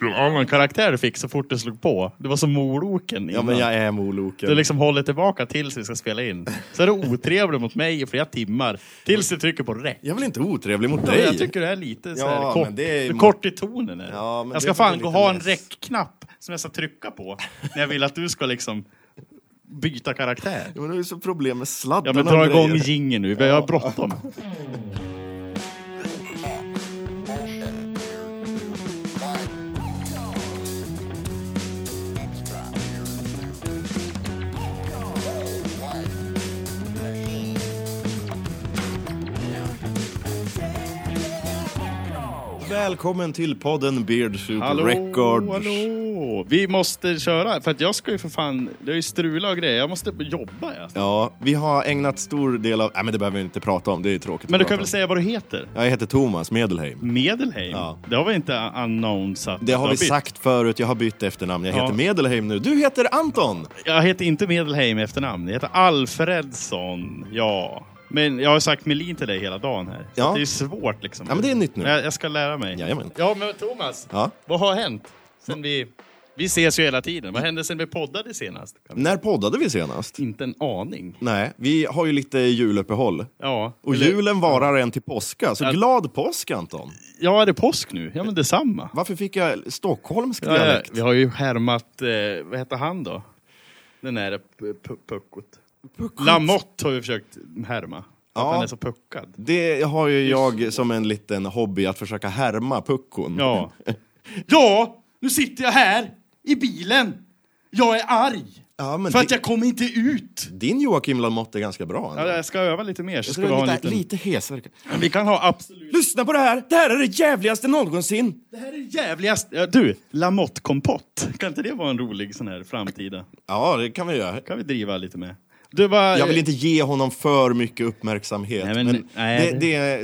vilken annan karaktär du fick så fort du slog på. Du var som moloken Ja, innan. men jag är moloken. Du liksom håller tillbaka tills vi ska spela in. Så är du otrevlig mot mig i flera timmar. Tills du trycker på rätt. Jag är väl inte otrevlig mot Ja, dig? men jag tycker det är lite så här Ja, kort, men det är ju du är mot- kort i tonen. Är. det. Ja, men jag det ska är fan lite gå och ha en less. räckknapp som jag ska trycka på. När jag vill att du ska liksom byta karaktär. Ja, men du har ju så problem med sladden Ja men och dra grejer. igång jingeln nu, vi har bråttom. Välkommen till podden Beard Soup Hallå, Records. hallå! Vi måste köra, för att jag ska ju för fan, det är ju strula och grejer. Jag måste jobba jag. Ja, vi har ägnat stor del av... Nej, men det behöver vi inte prata om. Det är ju tråkigt Men att du kan prata väl om. säga vad du heter? Ja, Jag heter Thomas Medelheim. Medelheim? Ja. Det har vi inte annonsat. Det har Jag vi bytt. sagt förut, jag har bytt efternamn. Jag Ja. heter Medelheim nu. Du heter Anton! Jag heter inte Medelheim i efternamn. Jag heter Alfredsson. Ja. Men jag har sagt Melin till dig hela dagen här. Så Ja. att Det är svårt liksom. Ja, men det är nytt nu. Men jag, jag ska lära mig. Jajamän. Ja, men Thomas. Ja. Vad har hänt? Sen vi... Vi ses ju hela tiden. Vad hände sen vi poddade senast? När poddade vi senast? Inte en aning. Nej, vi har ju lite juluppehåll. Ja. Och eller- julen varar än till påska, så Ja. glad påsk Anton! Ja, är det påsk nu? Ja, men detsamma. Varför fick jag stockholmsk Ja, ja, dialekt? vi har ju härmat... Eh, vad heter han då? Den där p- p- puckot. Lamotte har vi försökt härma. Ja. Att han är så puckad. Det har ju jag som en liten hobby, att försöka härma puckon. Ja. ja, nu sitter jag här i bilen. Jag är arg. Ja, men för att di- jag kommer inte ut. Din Joakim Lamotte är ganska bra. ändå. Ja, jag ska öva lite mer. Så jag ska vi, skulle ha ha en lite, liten... lite hesare. vi kan ha absolut... Lyssna på det här! Det här är det jävligaste någonsin! Det här är jävligast... Ja, du, Lamotte-kompott. Kan inte det vara en rolig sån här framtida? Ja, det kan vi göra. kan vi driva lite med. Du, vad... Jag vill inte ge honom för mycket uppmärksamhet. Nej, men- men nej. det, det är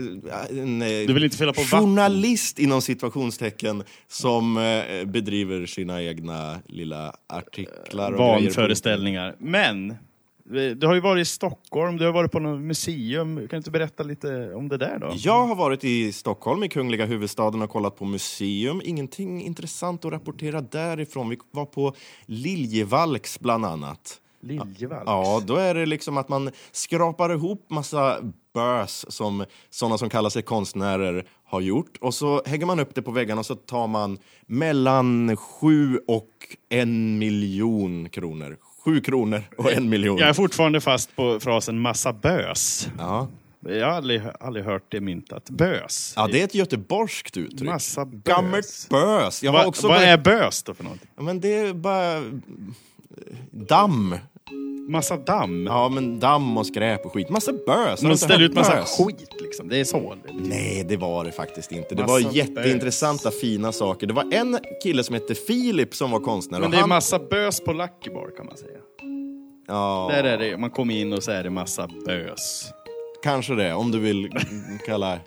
en eh, Du vill inte fylla på vatten. journalist inom situationstecken som eh, bedriver sina egna lilla artiklar och grejer. vanföreställningar. Men, eh, du har ju varit i Stockholm, du har varit på något museum. Kan du inte berätta lite om det där då? Jag har varit i Stockholm, i kungliga huvudstaden, och kollat på museum. Ingenting intressant att rapportera därifrån. Vi var på Liljevalchs, bland annat. Liljevalchs. Ja, då är det liksom att man skrapar ihop massa bös som sådana som kallar sig konstnärer har gjort. Och så hänger man upp det på väggarna och så tar man mellan sju och en miljon kronor. Sju kronor och en miljon. Jag är fortfarande fast på frasen massa bös. Ja. Jag har aldrig, aldrig hört det myntat. Bös. ja, det är ett göteborgskt uttryck. Massa bös. Gammalt bös. Jag har Va, också vad börjat- är bös då för något? Ja, Men det är bara... eh, Damm. Massa damm. Ja, men damm och skräp och skit. Massa bös. Har du Man inte ställer hört ut massa bös? skit liksom. Det är så. Nej, det var det faktiskt inte. Det Massa var jätteintressanta, fina saker. Det var en kille som hette Filip som var konstnär. Men och det är han... massa bös på Lucky Bar kan man säga. Ja, Där är det, man kommer in och så är det massa bös. kanske det. Om du vill kalla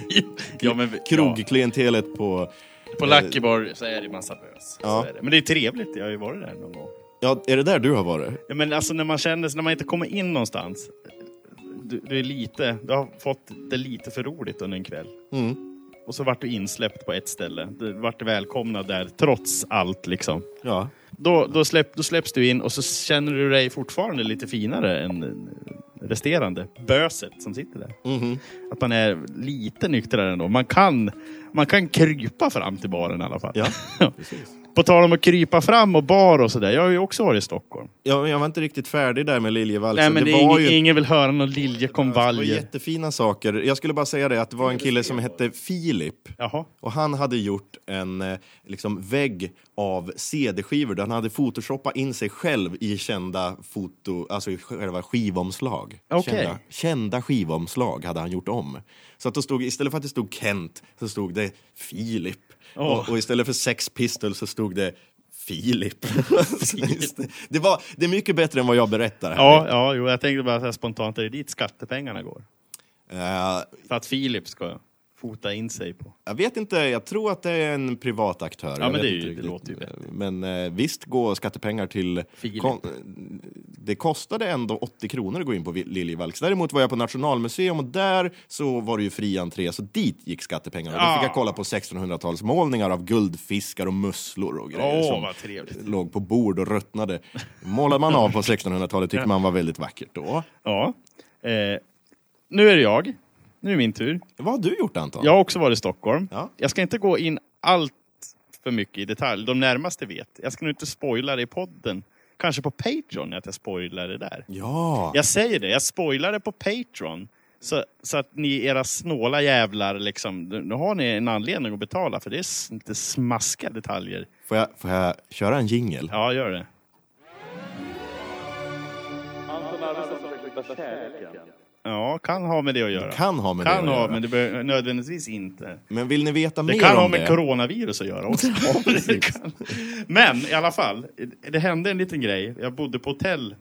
ja, men, vi- ja. krogklientelet på... På Lucky Bar så är det massa bös. Ja. Så är det. Men det är trevligt, jag har ju varit där någon gång. Ja, är det där du har varit? Ja, men alltså när man känner, när man inte kommer in någonstans. Du, du är lite, du har fått det lite för roligt under en kväll. Och så vart du insläppt på ett ställe. Du vart välkomnad där trots allt liksom. Ja. Då, då, släpp, då släpps du in och så känner du dig fortfarande lite finare än eh, resterande böset som sitter där. Att man är lite nyktrare ändå. Man kan, man kan krypa fram till baren i alla fall. Ja, På tal om att krypa fram och bar och sådär. Jag har ju också varit i Stockholm. Jag, jag var inte riktigt färdig där med Liljevalchs. Nej men det det är var ingen, ju ingen vill höra någon Det var liljekonvaljer. jättefina saker. Jag skulle bara säga det att det var en kille som hette Filip. Jaha. Och han hade gjort en eh, liksom, vägg av CD-skivor där han hade photoshoppat in sig själv i kända foto, alltså i själva skivomslag. Okej. Kända, kända skivomslag hade han gjort om. Så att då stod, istället för att det stod Kent så stod det Filip. Åh. Och, och istället för Sex Pistols så stod det Filip. Så just det. det, var, det är mycket bättre än vad jag berättar här. Ja, ja jo, jag tänkte bara så här spontant, är det dit skattepengarna går? Eh, För att Filip ska fota in sig på. Jag vet inte, jag tror att det är en privat aktör. Ja, men det är ju- det låter ju bättre. Men eh, visst går skattepengar till... Filip. kon- det kostade ändå 80 kronor att gå in på Liljevalchs. Däremot var jag på Nationalmuseum och där så var det ju fri entré, så dit gick skattepengarna. Då Ah. fick jag kolla på 1600-talsmålningar av guldfiskar och musslor och grejer Åh, som vad trevligt. låg på bord och ruttnade. Målade man av på 1600-talet tyckte man var väldigt vackert då. Ja. Eh, nu är det jag. Nu är det min tur. Vad har du gjort Anton? Jag har också varit i Stockholm. Ja. Jag ska inte gå in allt för mycket i detalj. De närmaste vet. Jag ska nog inte spoila det i podden. Kanske på Patreon, att jag spoilar det där. Ja. Jag säger det, jag spoilar det på Patreon. Så, så att ni, era snåla jävlar, liksom, nu har ni en anledning att betala för det är s- lite smaskiga detaljer. Får, jag, får jag köra en jingle? Ja, gör det. Ja, kan ha med det att göra. Kan ha med det Kan att ha, göra. men det behöver nödvändigtvis inte. Men vill ni veta Det mer kan om ha med det? coronavirus att göra också. Det kan. Men i alla fall, det hände en liten grej. Jag bodde på hotell.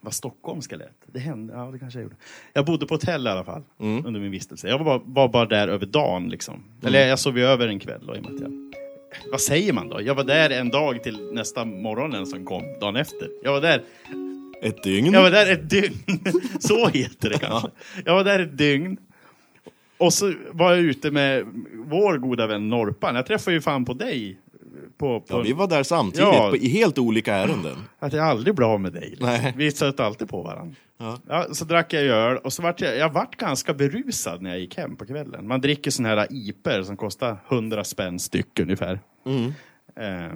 Vad stockholmska lät. Det hände, ja det kanske jag gjorde. Jag bodde på hotell i alla fall Mm. under min vistelse. Jag var bara, var bara där över dagen liksom. Eller jag sov ju över en kväll då i och med att jag... Vad säger man då? Jag var där en dag till nästa morgonen som kom, dagen efter. Jag var där Ett dygn? jag var där ett dygn. Så heter det kanske. Jag var där ett dygn. Och så var jag ute med vår goda vän Norpan. Jag träffade ju fan på dig. På, på, Ja, vi var där samtidigt, Ja. på, i helt olika ärenden. Att jag aldrig blir av med dig. liksom. Nej. Vi stötte alltid på varandra. Ja. så drack jag ju öl och så vart jag, jag vart ganska berusad när jag gick hem på kvällen. Man dricker såna här iper som kostar 100 spänn styck ungefär. Mm. Eh,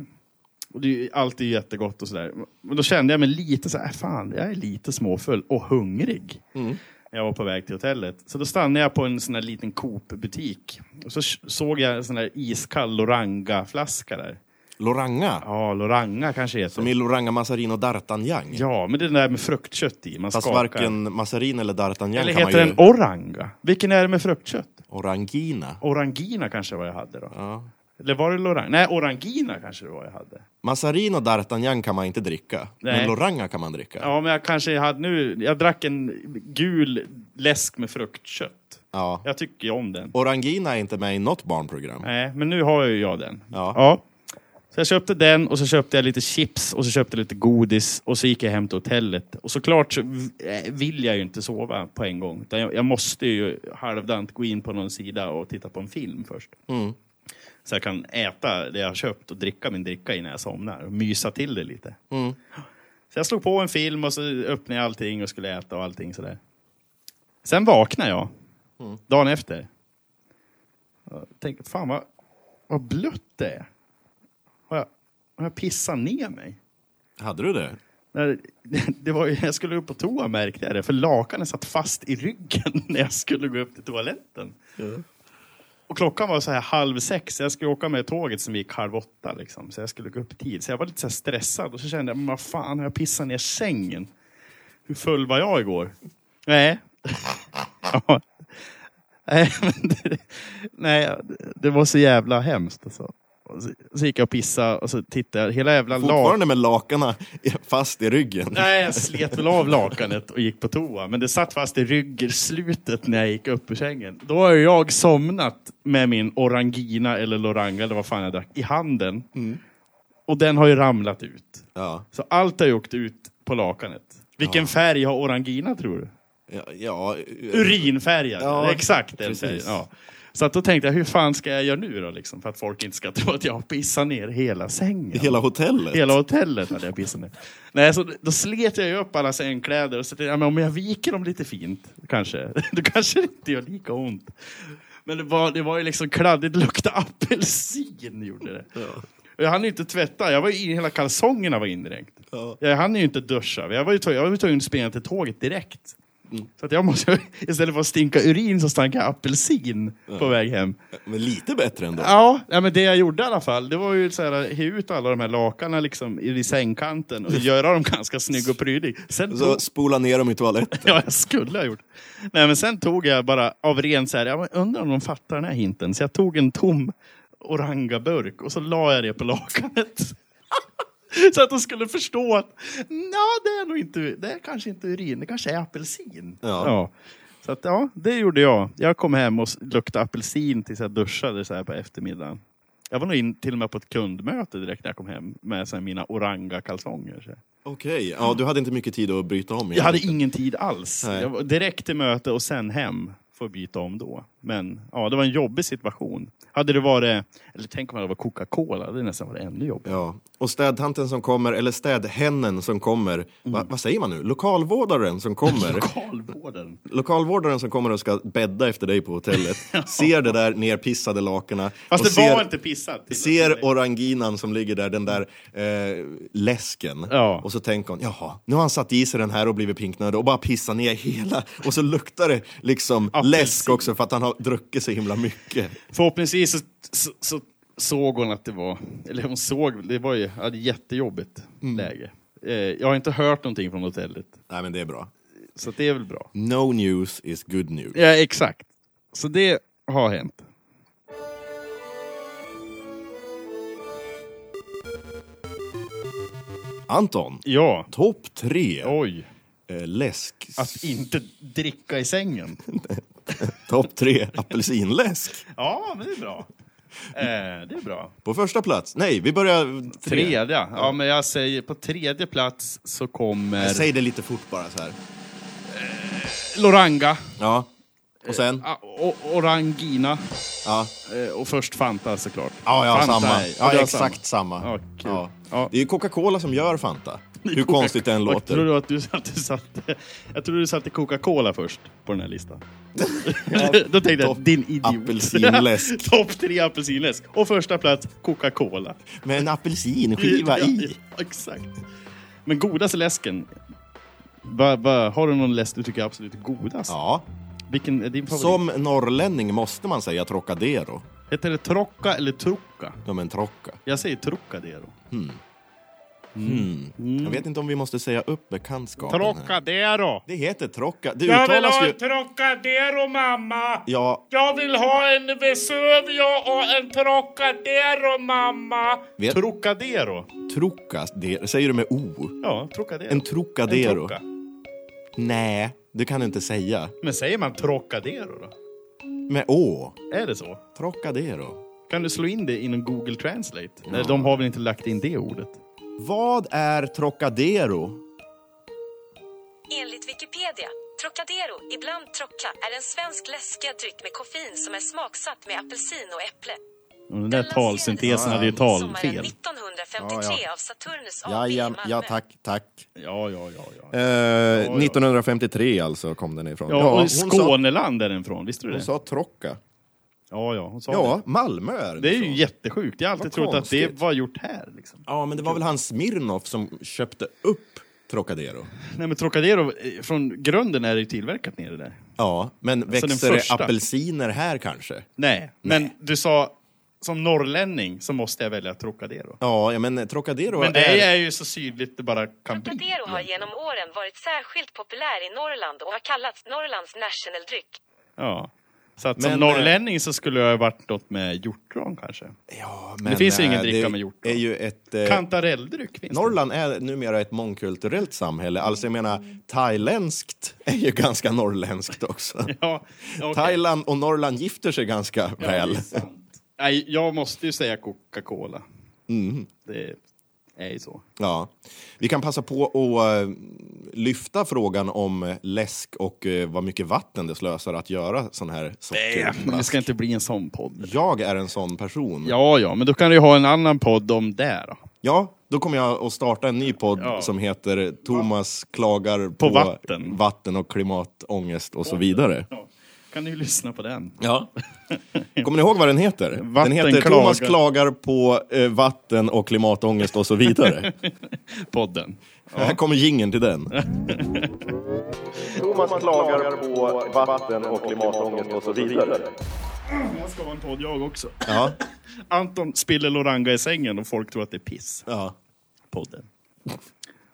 och det är ju alltid jättegott och sådär. Men då kände jag mig lite så här, "Äh, fan, jag är lite småfull och hungrig. Mm. Jag var på väg till hotellet. Så då stannade jag på en sån här liten Coop-butik. Och så såg jag en sån här iskall Loranga-flaska där. Loranga, Ja, Loranga kanske heter. som i Loranga Massarin och D'Artagnan. Ja, men det är den där med fruktkött i. Man Fast skakar. varken Massarin eller D'Artagnan Eller kan man heter ju... den oranga? Vilken är det med fruktkött? Orangina. Orangina kanske var jag hade då. Ja. Eller var det lorang? Nej, orangina kanske det var jag hade. Massarin och D'Artagnan kan man inte dricka, men Nej. Loranga kan man dricka. Ja. Ja, men jag kanske hade nu... Jag drack en gul läsk med fruktkött. Jag tycker ju om den. Orangina är inte med i något barnprogram. Nej, men nu har ju jag den. Ja. Så jag köpte den och så köpte jag lite chips och så köpte jag lite godis och så gick jag hem till hotellet. Och såklart så v- eh, vill jag ju inte sova på en gång. Utan jag, jag måste ju halvdant gå in på någon sida och titta på en film först. Så jag kan äta det jag har köpt och dricka min dricka innan jag somnar. Och mysa till det lite. Så jag slog på en film och så öppnade jag allting och skulle äta och allting sådär. Sen vaknade jag. Dagen efter. Jag tänkte, fan vad, vad blött det är. Har jag, har jag pissat ner mig? Hade du det? När, det var, ju- jag skulle upp på toa märkte jag det, för lakanet satt fast i ryggen när jag skulle gå upp till toaletten. Och klockan var så här halv sex, jag skulle åka med tåget som gick halv åtta. Liksom, så jag skulle gå upp i tid. Så jag var lite så här stressad och så kände jag, men vad fan har jag pissat ner sängen? Hur full var jag igår? Nej. Ja. Nej, men det, nej, det var så jävla hemskt. Alltså. Och så, så gick jag och pissade och så tittade jag, hela jävla lakan... Fortfarande med lakarna fast i ryggen. Nej, jag slet väl av lakanet och gick på toa. Men det satt fast i ryggslutet när jag gick upp ur sängen. Då har jag somnat med min orangina eller loranga eller vad fan jag drack i handen. Och den har ju ramlat ut. Ja. Så allt har ju åkt ut på lakanet. Vilken färg har orangina tror du? Ja, ja, Urinfärgad. Ja, Exakt den precis. färgen. Ja. Så att då tänkte jag, hur fan ska jag göra nu då? Liksom, för att folk inte ska tro att jag har pissat ner hela sängen. Hela hotellet. Hela hotellet hade jag pissat ner. Nej, så då slet jag ju upp alla sängkläder och så tänkte jag, men om jag viker dem lite fint, kanske, då kanske det inte gör lika ont. Men det var, det var ju liksom kladdigt, det luktade apelsin gjorde det. Och Jag hann ju inte tvätta, jag var ju in, hela kalsongerna var indränkt. Ja. Jag hann ju inte duscha, jag var ju tvungen jag var ju tvungen att springa till tåget direkt. Så att jag måste, istället för att stinka urin så stank jag apelsin på väg hem. Men lite bättre ändå. Ja, nej, men det jag gjorde i alla fall, det var ju så här, he ut alla de här lakanen liksom i i sängkanten och göra dem ganska snygg och prydlig. Sen Så tog, spola ner dem i toaletten. ja, jag skulle ha gjort. Nej, men sen tog jag bara av ren så här, jag undrar om de fattar den här hinten. Så jag tog en tom orangaburk och så la jag det på lakanet. så att de skulle förstå att, ja det är nog inte, det är kanske inte urin, det kanske är apelsin. Ja. Så att, ja, det gjorde jag. Jag kom hem och s- luktade apelsin tills jag duschade så här på eftermiddagen. Jag var nog in, till och med på ett kundmöte direkt när jag kom hem med så här mina oranga kalsonger. Så. här. Okej, ja, du hade inte mycket tid att bryta om. Jag hade ingen tid alls. Nej. Jag var direkt till möte och sen hem för att byta om då. Men ja, det var en jobbig situation. Hade det varit, eller tänk om det var Coca-Cola, det hade nästan varit ännu jobbigare. Ja. Och städtanten som kommer, eller städhennen som kommer, Mm. va, vad säger man nu? Lokalvårdaren som kommer. Lokalvården. Lokalvårdaren som kommer och ska bädda efter dig på hotellet ser det där nerpissade lakanet. Fast och det ser, var inte pissat. till att ser börja med. oranginan som ligger där, den där eh, läsken. Ja. Och så tänker hon, jaha, nu har han satt i sig den här och blivit pinknödig och bara pissar ner hela. Och så luktar det liksom Apelsin. läsk också för att han har druckit så himla mycket. Förhoppningsvis så, så, så såg hon att det var, eller hon såg, det var ju ja, det är jättejobbigt läge. Eh, jag har inte hört någonting från hotellet, Nej men det är bra. så att det är väl bra. No news is good news. Ja, exakt. Så det har hänt. Anton, Ja. topp tre Oj. eh, läsk. Att inte dricka i sängen. Topp tre apelsinläsk. Ja, men det är bra. Eh, det är bra. På första plats. Nej, vi börjar... Tredje. Ja, men jag säger på tredje plats så kommer Säg det lite fort bara så här. Loranga, Ja. Och sen? ah, o- Orangina Ja, eh, och först Fanta såklart. ja, ja Fanta samma. är- Ja, det är exakt samma. Ja, kul. Ja. Ja. Det är ju Coca-Cola som gör Fanta. Hur Coca- konstigt det än Jag tror låter. att du, att du satte, jag tror du satte Coca-Cola först på den här listan. Då tänkte jag, topp- din idiot. apelsinläsk. Topp tre apelsinläsk. Och första plats, Coca-Cola. Med en apelsinskiva Ja, i. ja, Exakt. Men godaste läsken. Va, va, har du någon läsk du tycker är absolut godast? Ja. Vilken är din favorit? Som norrlänning måste man säga Trocadero. Heter det Trocca eller Trocca? De är en trocka. Jag säger Trocadero. Mm. Jag vet inte om vi måste säga upp bekantskapen här. Trocadero! Det heter trocka. Det Jag vill uttalas ha ju... en Trocadero mamma! Ja, Jag vill ha en Vesuvio och en Trocadero mamma! vet... Trocadero! Trocka. Det... Säger du med O? Ja, Trocadero. En En Trocadero? trocka. Nej, det kan du inte säga. Men säger man Trocadero då? Med Å. Är det så? Trocadero. Kan du slå in det inom Google Translate? Nej, de har väl inte lagt in det ordet? Vad är Trocadero? Enligt Wikipedia, Trocadero, ibland Trocca, är en svensk läskedryck med koffein som är smaksatt med apelsin och äpple. Och Den där Den talsyntesen hade ju lanserades sommaren talfel. 1953 Ja, av Saturnus AB Ja, i ja, Malmö. ja tack, tack. Ja, ja, ja. ja. Eh, 1953 alltså kom den ifrån. Ja, och hon, sa, Skåneland är den från, visste du hon det? sa Trocca. Ja, ja, hon sa Ja, det. Malmö är det. Det är ju så. jättesjukt. Jag har alltid Vad trott att det konstigt. var gjort här. Liksom. Ja, men det var väl han Smirnoff som köpte upp Trocadero. Nej, men Trocadero, eh, från grunden är det ju tillverkat nere där. Ja, men den växer det första. apelsiner här kanske? Nej, men du sa som norrlänning så måste jag välja Trocadero. Ja, ja, men Trocadero Men det är... är ju så sydligt det bara kan bli. Trocadero har genom åren varit särskilt populär i Norrland och har kallats Norrlands nationaldryck. Ja. Så att Men, eh, som norrlänning så skulle jag ha varit något med hjortron kanske. Ja, men, Det finns ju ingen eh, dricka det med hjort. är ju ett... eh, Kantarelldryck finns det. Norrland är numera ett mångkulturellt samhälle. Alltså jag menar, thailändskt är ju ganska norrländskt också. Ja, ja, okej. Thailand och Norrland gifter sig ganska Ja, det är väl. sant. Nej, jag måste ju säga Coca-Cola. Mm. Det är ju så. Ja. Vi kan passa på att eh, lyfta frågan om läsk och eh, vad mycket vatten det slösar att göra sån här Men det sockerflask. ska inte bli en sån podd. Jag är en sån person. Ja, Ja. ja, men då kan du ju ha en annan podd om det då. då kommer jag att starta en ny podd Ja. som heter Thomas klagar på, vatten. vatten och klimatångest och så vidare. Kan ni ju lyssna på den. Ja. Kommer ni ihåg vad den heter? Den heter Vattenklagar. Thomas klagar på eh, vatten och klimatångest och så vidare. Podden. Här kommer jingeln till den. Thomas klagar på vatten och klimatångest och så vidare. Jag ska ha en podd jag också. Ja, Anton spiller Loranga i sängen och folk tror att det är piss. ja. Podden.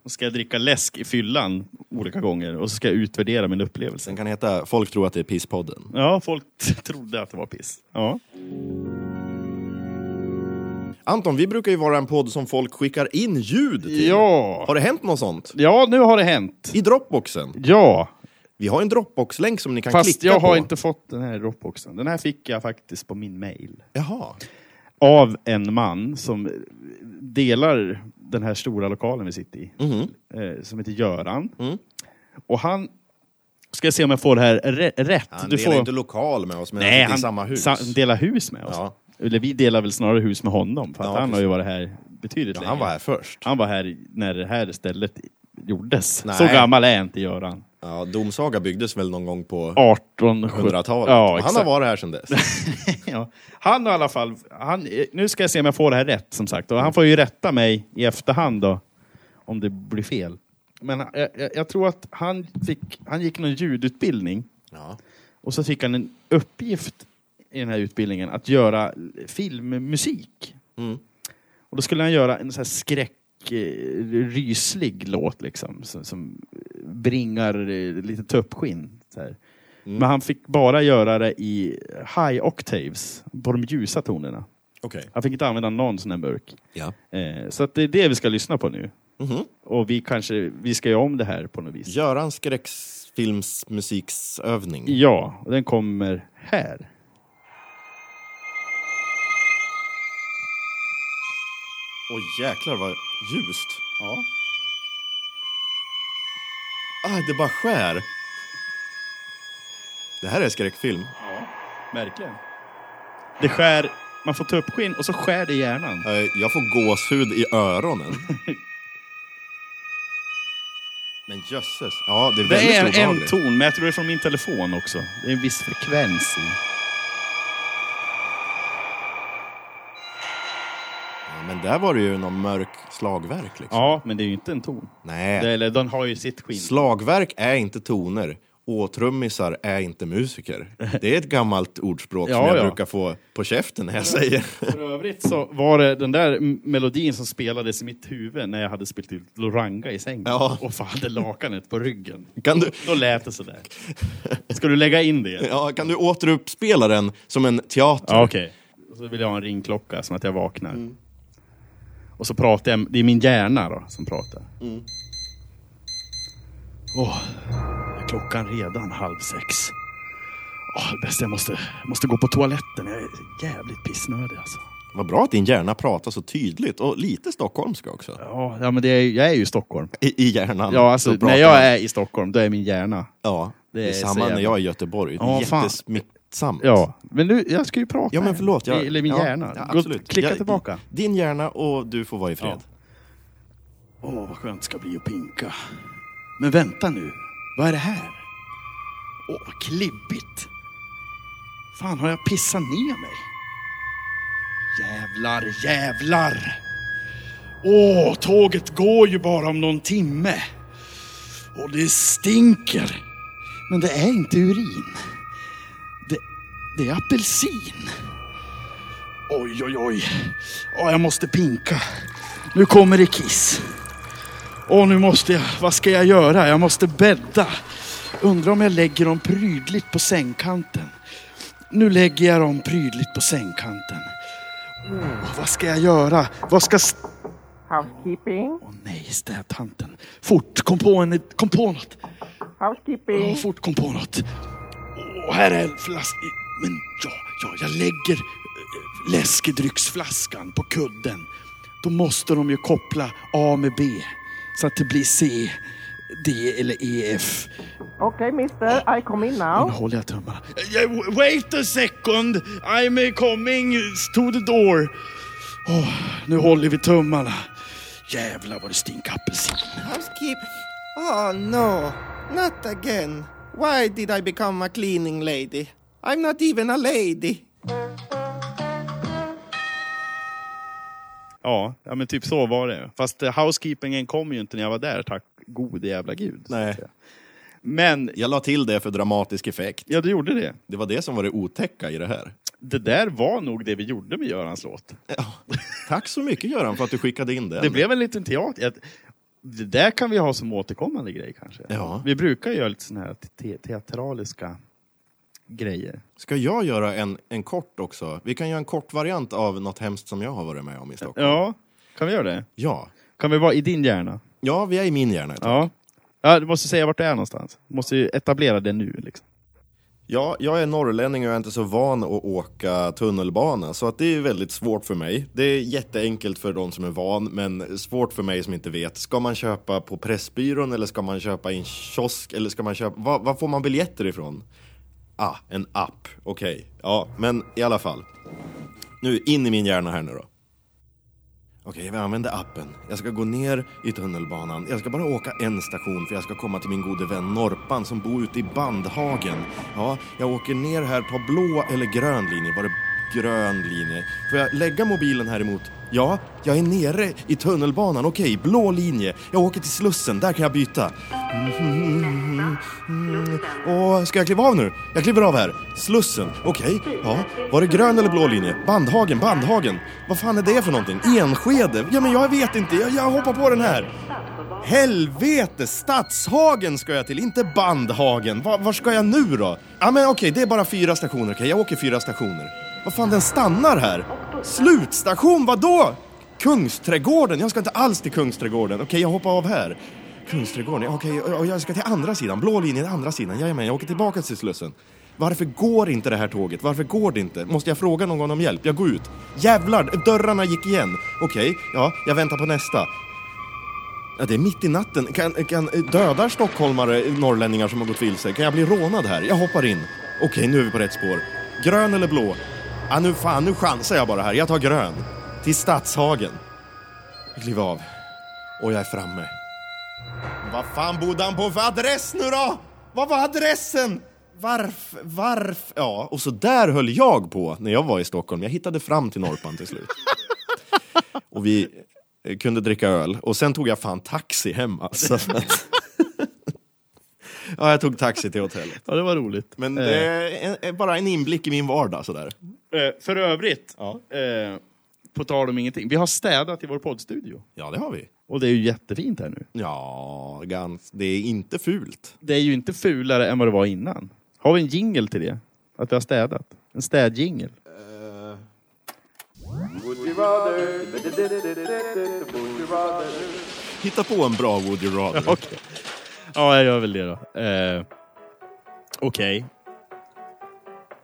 Och ska jag dricka läsk i fyllan olika gånger och så ska jag utvärdera min upplevelse. Den kan heta Folk tror att det är pisspodden. Ja, folk trodde att det var piss. Ja. Anton, vi brukar ju vara en podd som folk skickar in ljud till. Ja. Har det hänt något sånt? ja, nu har det hänt. I Dropboxen. Ja, Vi har en Dropbox-länk som ni kan fast klicka jag har på. inte fått den här i Dropboxen. Den här fick jag faktiskt på min mail. Jaha. av en man som delar den här stora lokalen vi sitter i. Mhm. Eh, som heter Göran. Mm. Och han... Ska se om jag får det här rä- rätt. Han du delar får... inte lokal med oss, men Nej, han, i samma hus. sa- delar hus med oss. Ja. Eller vi delar väl snarare hus med honom, för att Ja, han har precis. ju varit här betydligt ja, längre. han var här först. Han var här när det här stället gjordes. Nej. Så gammal är inte Göran. Ja, Domsaga byggdes väl någon gång på 1800-talet. 100-talet. Ja, Och han exakt. har varit här sedan dess. ja. Han har i alla fall... Han, nu ska jag se om jag får det här rätt, som sagt. Och han får ju rätta mig i efterhand då, om det blir fel. Men jag, jag, jag tror att han, fick, han gick någon ljudutbildning Ja. och så fick han en uppgift i den här utbildningen att göra filmmusik. Mm. Och då skulle han göra en sån här skräck eh, ryslig låt liksom, som, som bringar eh, lite tuppskinn. Så här. Men han fick bara göra det i high octaves, på de ljusa tonerna. Okej. Han fick inte använda någon sån här mörk. Ja. Eh, så att det är det vi ska lyssna på nu. Mhm. Och vi kanske, vi ska göra om det här på något vis. Görans skräckfilmsmusiksövning. Ja, och den kommer här. Åh jäklar vad ljust. Ja. Ah, det bara skär. Det här är skräckfilm. Ja, verkligen. Det skär, man får tuppskinn och så skär det i hjärnan. Eh, Jag får gåshud i öronen. Men jösses. Ja, det är väldigt Det är en obehagligt. ton, men jag tror det är från min telefon också. Det är en viss frekvens i. Ja, men där var det ju någon mörk slagverk. Liksom. Ja, men det är ju inte en ton. Nej. Det, eller den har ju sitt skinn. Slagverk är inte toner. Åtrummisar är inte musiker. Det är ett gammalt ordspråk som Ja, jag ja. brukar få på käften när jag säger. För övrigt så var det den där m- melodin som spelades i mitt huvud när jag hade spelat ut Loranga i sängen Ja. och fan, hade lakanet på ryggen. Kan du, Då lät det sådär. Ska du lägga in det? ja, kan du återuppspela den som en teater? Ja, okej. Typ. Och Så vill jag ha en ringklocka som att jag vaknar. Mm. Och så pratar jag, det är min hjärna då som pratar. Åh, Mm. är klockan redan halv sex? Åh, det bästa jag måste, måste gå på toaletten. Jag är jävligt pissnödig alltså. Vad bra att din hjärna pratar så tydligt och lite stockholmska också. Ja, ja men det är, jag är ju i Stockholm. I, i hjärnan. Ja, alltså så pratar när jag man. är i Stockholm, då är min hjärna. Ja, det Det är, är så samma när jävla- jag är i Göteborg. Det är Ja, fan. Jättesmittsamt. Ja, men nu, jag ska ju prata. Ja, men här. förlåt. Jag, Eller min ja, hjärna. Ja, Gå- absolut. Klicka Jag- tillbaka. Din hjärna och du får vara i fred. Åh, vad skönt det ska bli att pinka. Men vänta nu, vad är det här? Åh, vad klibbigt. Fan, har jag pissat ner mig? Jävlar, jävlar! Åh, tåget går ju bara om någon timme. Och det stinker. Men det är inte urin. Det, det är apelsin. Oj, oj, oj. Ja, jag måste pinka. Nu kommer det kiss. Åh, nu måste jag... Vad ska jag göra? Jag måste bädda. Undrar om jag lägger dem prydligt på sängkanten. Nu lägger jag dem prydligt på sängkanten. Åh, vad ska jag göra? Vad ska... s- Housekeeping, Åh nej, städtanten. Fort, kom på, en, kom på något. housekeeping, Åh, fort, kom på något. Åh, här är en flaska. Men ja, ja, jag lägger eh, läskedrycksflaskan på kudden. Då måste de ju koppla A med B så att det blir C, D eller E, EF. okay, mister, I come in now. Nu håller jag tummarna. Eh, eh, Wait a second, I'm eh, coming to the door. Åh, nu håller vi tummarna. Jävlar vad det stinker apelsin. Housekeep. Oh no, not again. Why did I become a cleaning lady? I'm not even a lady. Ja, ja, men typ så var det. Fast eh, housekeepingen kom ju inte när jag var där, tack gode jävla gud. så att Nej. säga. Men, Jag la till det för dramatisk effekt. ja du gjorde det. Det var det som var det otäcka i det här. Det där var nog det vi gjorde med Görans låt. Tack så mycket Göran för att du skickade in den. Det blev en liten teater. Ett- Det där kan vi ha som återkommande grej kanske. Ja. Vi brukar göra lite sådana här te- teatraliska grejer. Ska jag göra en, en kort också? Vi kan göra en kort variant av något hemskt som jag har varit med om i Stockholm. Ja, kan vi göra det? Ja, Kan vi vara i din hjärna? ja vi är i min hjärna. Ja. ja du måste säga vart du är någonstans. Du måste ju etablera det nu. Liksom. Ja, jag är norrlänning och jag är inte så van att åka tunnelbana, så att det är väldigt svårt för mig. Det är jätteenkelt för de som är van, men svårt för mig som inte vet. Ska man köpa på Pressbyrån eller ska man köpa i en kiosk eller ska man köpa... Vad vad får man biljetter ifrån? Ah, en app. Okej. Ja, men i alla fall. Nu, in i min hjärna här nu då. Okej, vi använder appen. Jag ska gå ner i tunnelbanan. Jag ska bara åka en station för jag ska komma till min gode vän Norpan som bor ute i Bandhagen. Ja, jag åker ner här, tar blå eller grön linje. Var det grön linje? Får jag lägga mobilen här emot? Ja, jag är nere i tunnelbanan. Okej, blå linje. Jag åker till Slussen, där kan jag byta. Och ska jag kliva av nu? Jag kliver av här. Slussen. Okej. Ja. Var det grön eller blå linje? Bandhagen, Bandhagen. Vad fan är det för någonting? Enskede? Ja, men jag vet inte. Jag, jag hoppar på den här. Helvete! Stadshagen ska jag till, inte Bandhagen. Va, var ska jag nu då? Ja, men okej, det är bara fyra stationer. Okej, jag åker fyra stationer. Vad fan, den stannar här. Slutstation, vadå? Kungsträdgården? Jag ska inte alls till Kungsträdgården. Okej, jag hoppar av här. Kungsträdgården, ja, okej, och- och jag ska till andra sidan, blå linjen, andra sidan, jajamän, jag åker tillbaka till Slussen. Varför går inte det här tåget? Varför går det inte? Måste jag fråga någon om hjälp? Jag går ut. Jävlar, dörrarna gick igen. Okej, ja, jag väntar på nästa. Ja, det är mitt i natten. Kan, kan, eh, dödar stockholmare norrlänningar som har gått vilse? Kan jag bli rånad här? Jag hoppar in. Okej, nu är vi på rätt spår. Grön eller blå? Ja, nu fan, nu chansar jag bara här. Jag tar grön. Till Stadshagen. Jag kliver av. Och jag är framme. Vad fan bodde han på för adress nu då? Vad var adressen? Varf, varf? Ja, och så där höll jag på när jag var i Stockholm. Jag hittade fram till Norpan till slut. och vi eh, kunde dricka öl. Och sen tog jag fan taxi hem alltså. ja, jag tog taxi till hotellet. Ja, det var roligt. Men det är en- är bara en inblick i min vardag sådär. Eh, för övrigt, Ja. eh, på tal om ingenting. Vi har städat i vår poddstudio. Ja, det har vi. Och det är ju jättefint här nu. Ja, gans, det är inte fult. Det är ju inte fulare än vad det var innan. Har vi en jingle till det? Att vi har städat? En städjingel? Hitta på en bra Woody Rather. Okej. Ja, jag gör väl det då. Eh, Okej.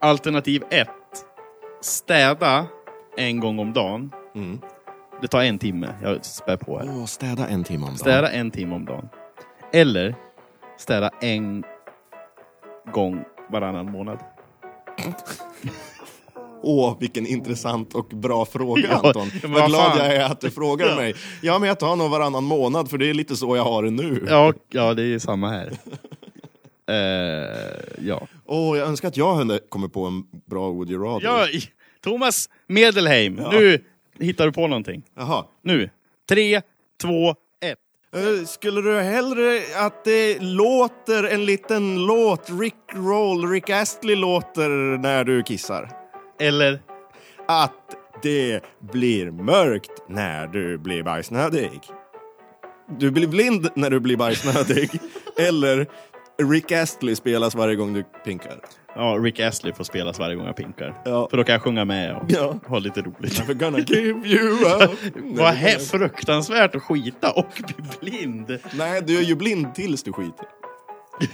Alternativ ett. Städa en gång om dagen. Mm. Det tar en timme. Jag spär på här. Åh, städa en timme om dagen. Städa en timme om dagen. Eller städa en gång varannan månad. Åh, vilken intressant och bra fråga Ja, Anton. men Vad vad glad fan. jag är att du frågar mig. Ja, men jag tar nog varannan månad för det är lite så jag har det nu. Åh, Ja, ja det är samma här. Eh, ja. jag önskar att jag hade kommit på en bra Woody Rather. ja. i- Thomas Medelheim, nu hittar du på någonting. Jaha. Nu. Tre, två, ett. Eh, Skulle du hellre att det låter en liten låt, Rick Roll, Rick Astley låter när du kissar? Eller? Att det blir mörkt när du blir bajsnödig. Du blir blind när du blir bajsnödig. Eller Rick Astley spelas varje gång du pinkar. Ja, Rick Astley får spelas varje gång jag pinkar. Ja. För då kan jag sjunga med och Ja. ha lite roligt. We're gonna give you up. Vad he- fruktansvärt att skita och bli blind. Nej, du är ju blind tills du skiter.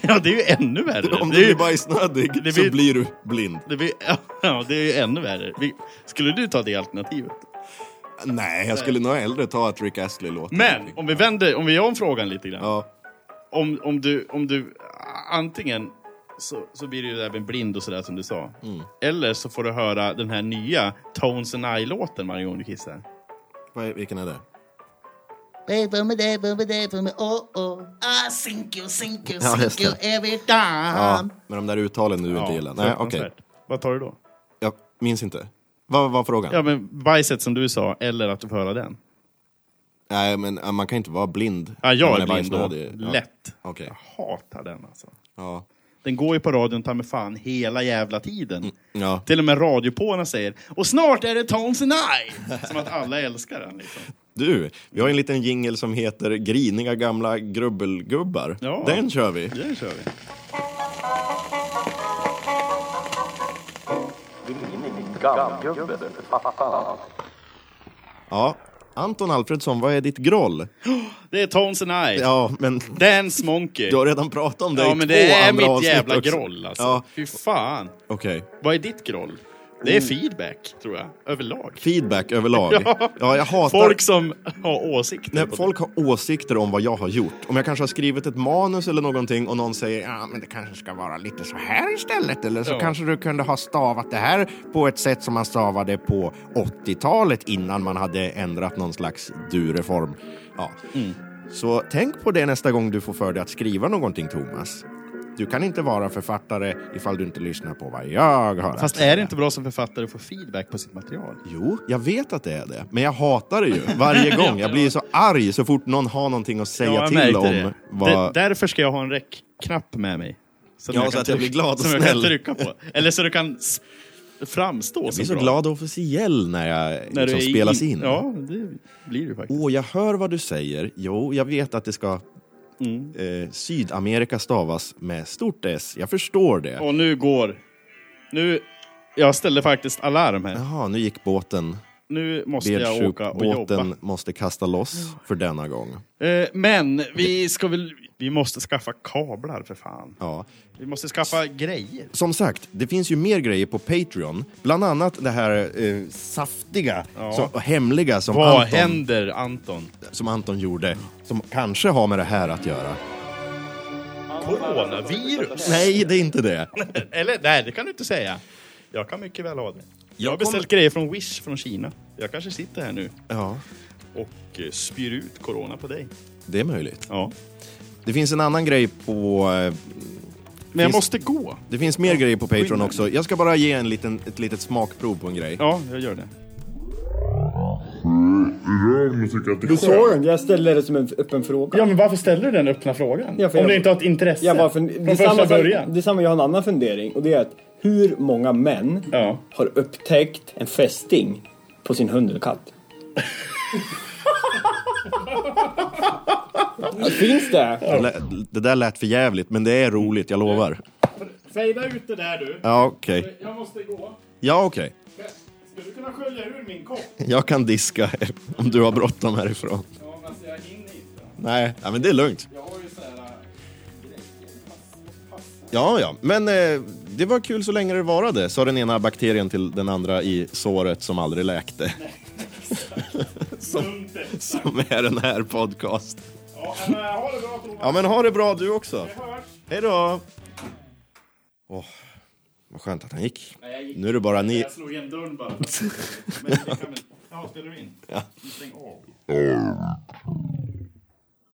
Ja, det är ju ännu värre. Om det, du är ju, blir bajsnödig det så blir- blir du blind. det, blir, ja, det är ju ännu värre. Vi, skulle du ta det alternativet? Nej, jag skulle nog hellre ta att Rick Astley låter. Men om vi vänder, om vi gör om frågan lite grann. Ja. Om, om, du, om du antingen så, så blir du ju även blind och sådär som du sa. Mm. Eller så får du höra den här nya Tones and I-låten varje gång du kissar. Vad är- Vilken är det? Hey, boomy day, boomy day, boomy, oh, oh. I sink you, sink you, Ja, just sink you every time. med de där uttalen du inte gillar. Nej, okej. fruktansvärt. Vad tar du då? Jag minns inte. Vad var frågan? Ja, men bajset som du sa, eller att du får höra den. Nej, men äh, man kan inte vara blind. Ja, när jag man är blind då. bajsnödig. Ja. Lätt. Okej. Jag hatar den alltså. Ja. Den går ju på radion ta mig fan hela jävla tiden. ja. Till och med radiopåarna säger och snart är det Tones and I! Som att alla älskar den liksom. Du, vi har en liten jingle som heter Griniga gamla grubbelgubbar. Ja. Den kör vi. Det kör vi. Ja, Anton Alfredsson, vad är ditt groll? Det är Tones and I. Ja, men Dance Monkey. du har redan pratat om det Ja i men två det är andra mitt avsnitt jävla också. groll alltså. Ja, Fy fan. okej. Vad är ditt groll? Det är feedback, tror jag. Överlag. Feedback överlag. Ja. Mm. Ja, jag hatar... Folk som har åsikter. När på folk har åsikter om vad jag har gjort, om jag kanske har skrivit ett manus eller någonting och någon säger ja men det kanske ska vara lite så här istället eller så Ja. kanske du kunde ha stavat det här på ett sätt som man stavade på 80-talet innan man hade ändrat någon slags du-reform. Ja. Mm. Så tänk på det nästa gång du får för dig att skriva någonting Thomas. Du kan inte vara författare ifall du inte lyssnar på vad jag har att Fast är det inte bra som författare att få feedback på sitt material? Jo, jag vet att det är det. Men jag hatar det ju varje gång. Jag blir så arg så fort någon har någonting att säga till om. det. Vad... Därför ska jag ha en räckknapp med mig. Som Ja, kan så att trycka- jag blir glad och Som jag kan snäll. trycka på. Eller så du kan s- framstå Jag blir som så bra. glad och officiell när jag när du liksom är spelas in. Ja, det blir du faktiskt. Åh, jag hör vad du säger. Jo, jag vet att det ska... Mm. Eh, Sydamerika stavas med stort S. Jag förstår det. Och nu går... Nu... Jag ställde faktiskt alarm här. Jaha, nu gick båten. Nu måste jag åka och jobba. Beardshoup-båten måste kasta loss för denna gång. Eh, men vi ska väl... Vi måste skaffa kablar för fan. Ja. Vi måste skaffa grejer. Som sagt, det finns ju mer grejer på Patreon. Bland annat det här eh, saftiga så, och hemliga som Vad Anton, händer Anton? som Anton gjorde. Som kanske har med det här att göra. Coronavirus? Nej, det är inte det. Eller nej, det kan du inte säga. Jag kan mycket väl ha det. Jag har beställt grejer från Wish från Kina. Jag kanske sitter här nu Ja, och eh, spyr ut corona på dig. det är möjligt. Ja. Det finns en annan grej på... Eh, Men jag Finns- måste gå. det finns mer grejer på Patreon skillnad. också. Jag ska bara ge en liten, ett litet smakprov på en grej. Ja, jag gör det. Du sa ju jag ställde det som en öppen fråga. men varför ställer du den öppna frågan? Ja, för jag- har ett intresse Jag bara fun- det är samma sak- Det är samma, jag har en annan fundering och det är att hur många män Ja. har upptäckt en fästing på sin hund eller katt? Ja, Finns det? Det lä- Det där lät för jävligt, men det är roligt, jag lovar. Fejda ut det där du. Ja, okej. Jag måste gå. Ja, okej. Skulle du kunna skölja ur min kopp? Jag kan diska om du har bråttom härifrån. Ja, men alltså jag hinner inte. Nej, ja, men det är lugnt. Jag har ju så här... äh, Ja, ja, men eh, det var kul så länge det varade, sa den ena bakterien till den andra i såret som aldrig läkte. som, som är den här podcast. Ja, men äh, ha det bra Thomas. Ja, men ha det bra du också. Hej då! Åh, vad skönt att han gick. Nu är det bara ni. Jag slog igen dörren bara. Men det kan väl... Jaha, spelar du in? Stäng av.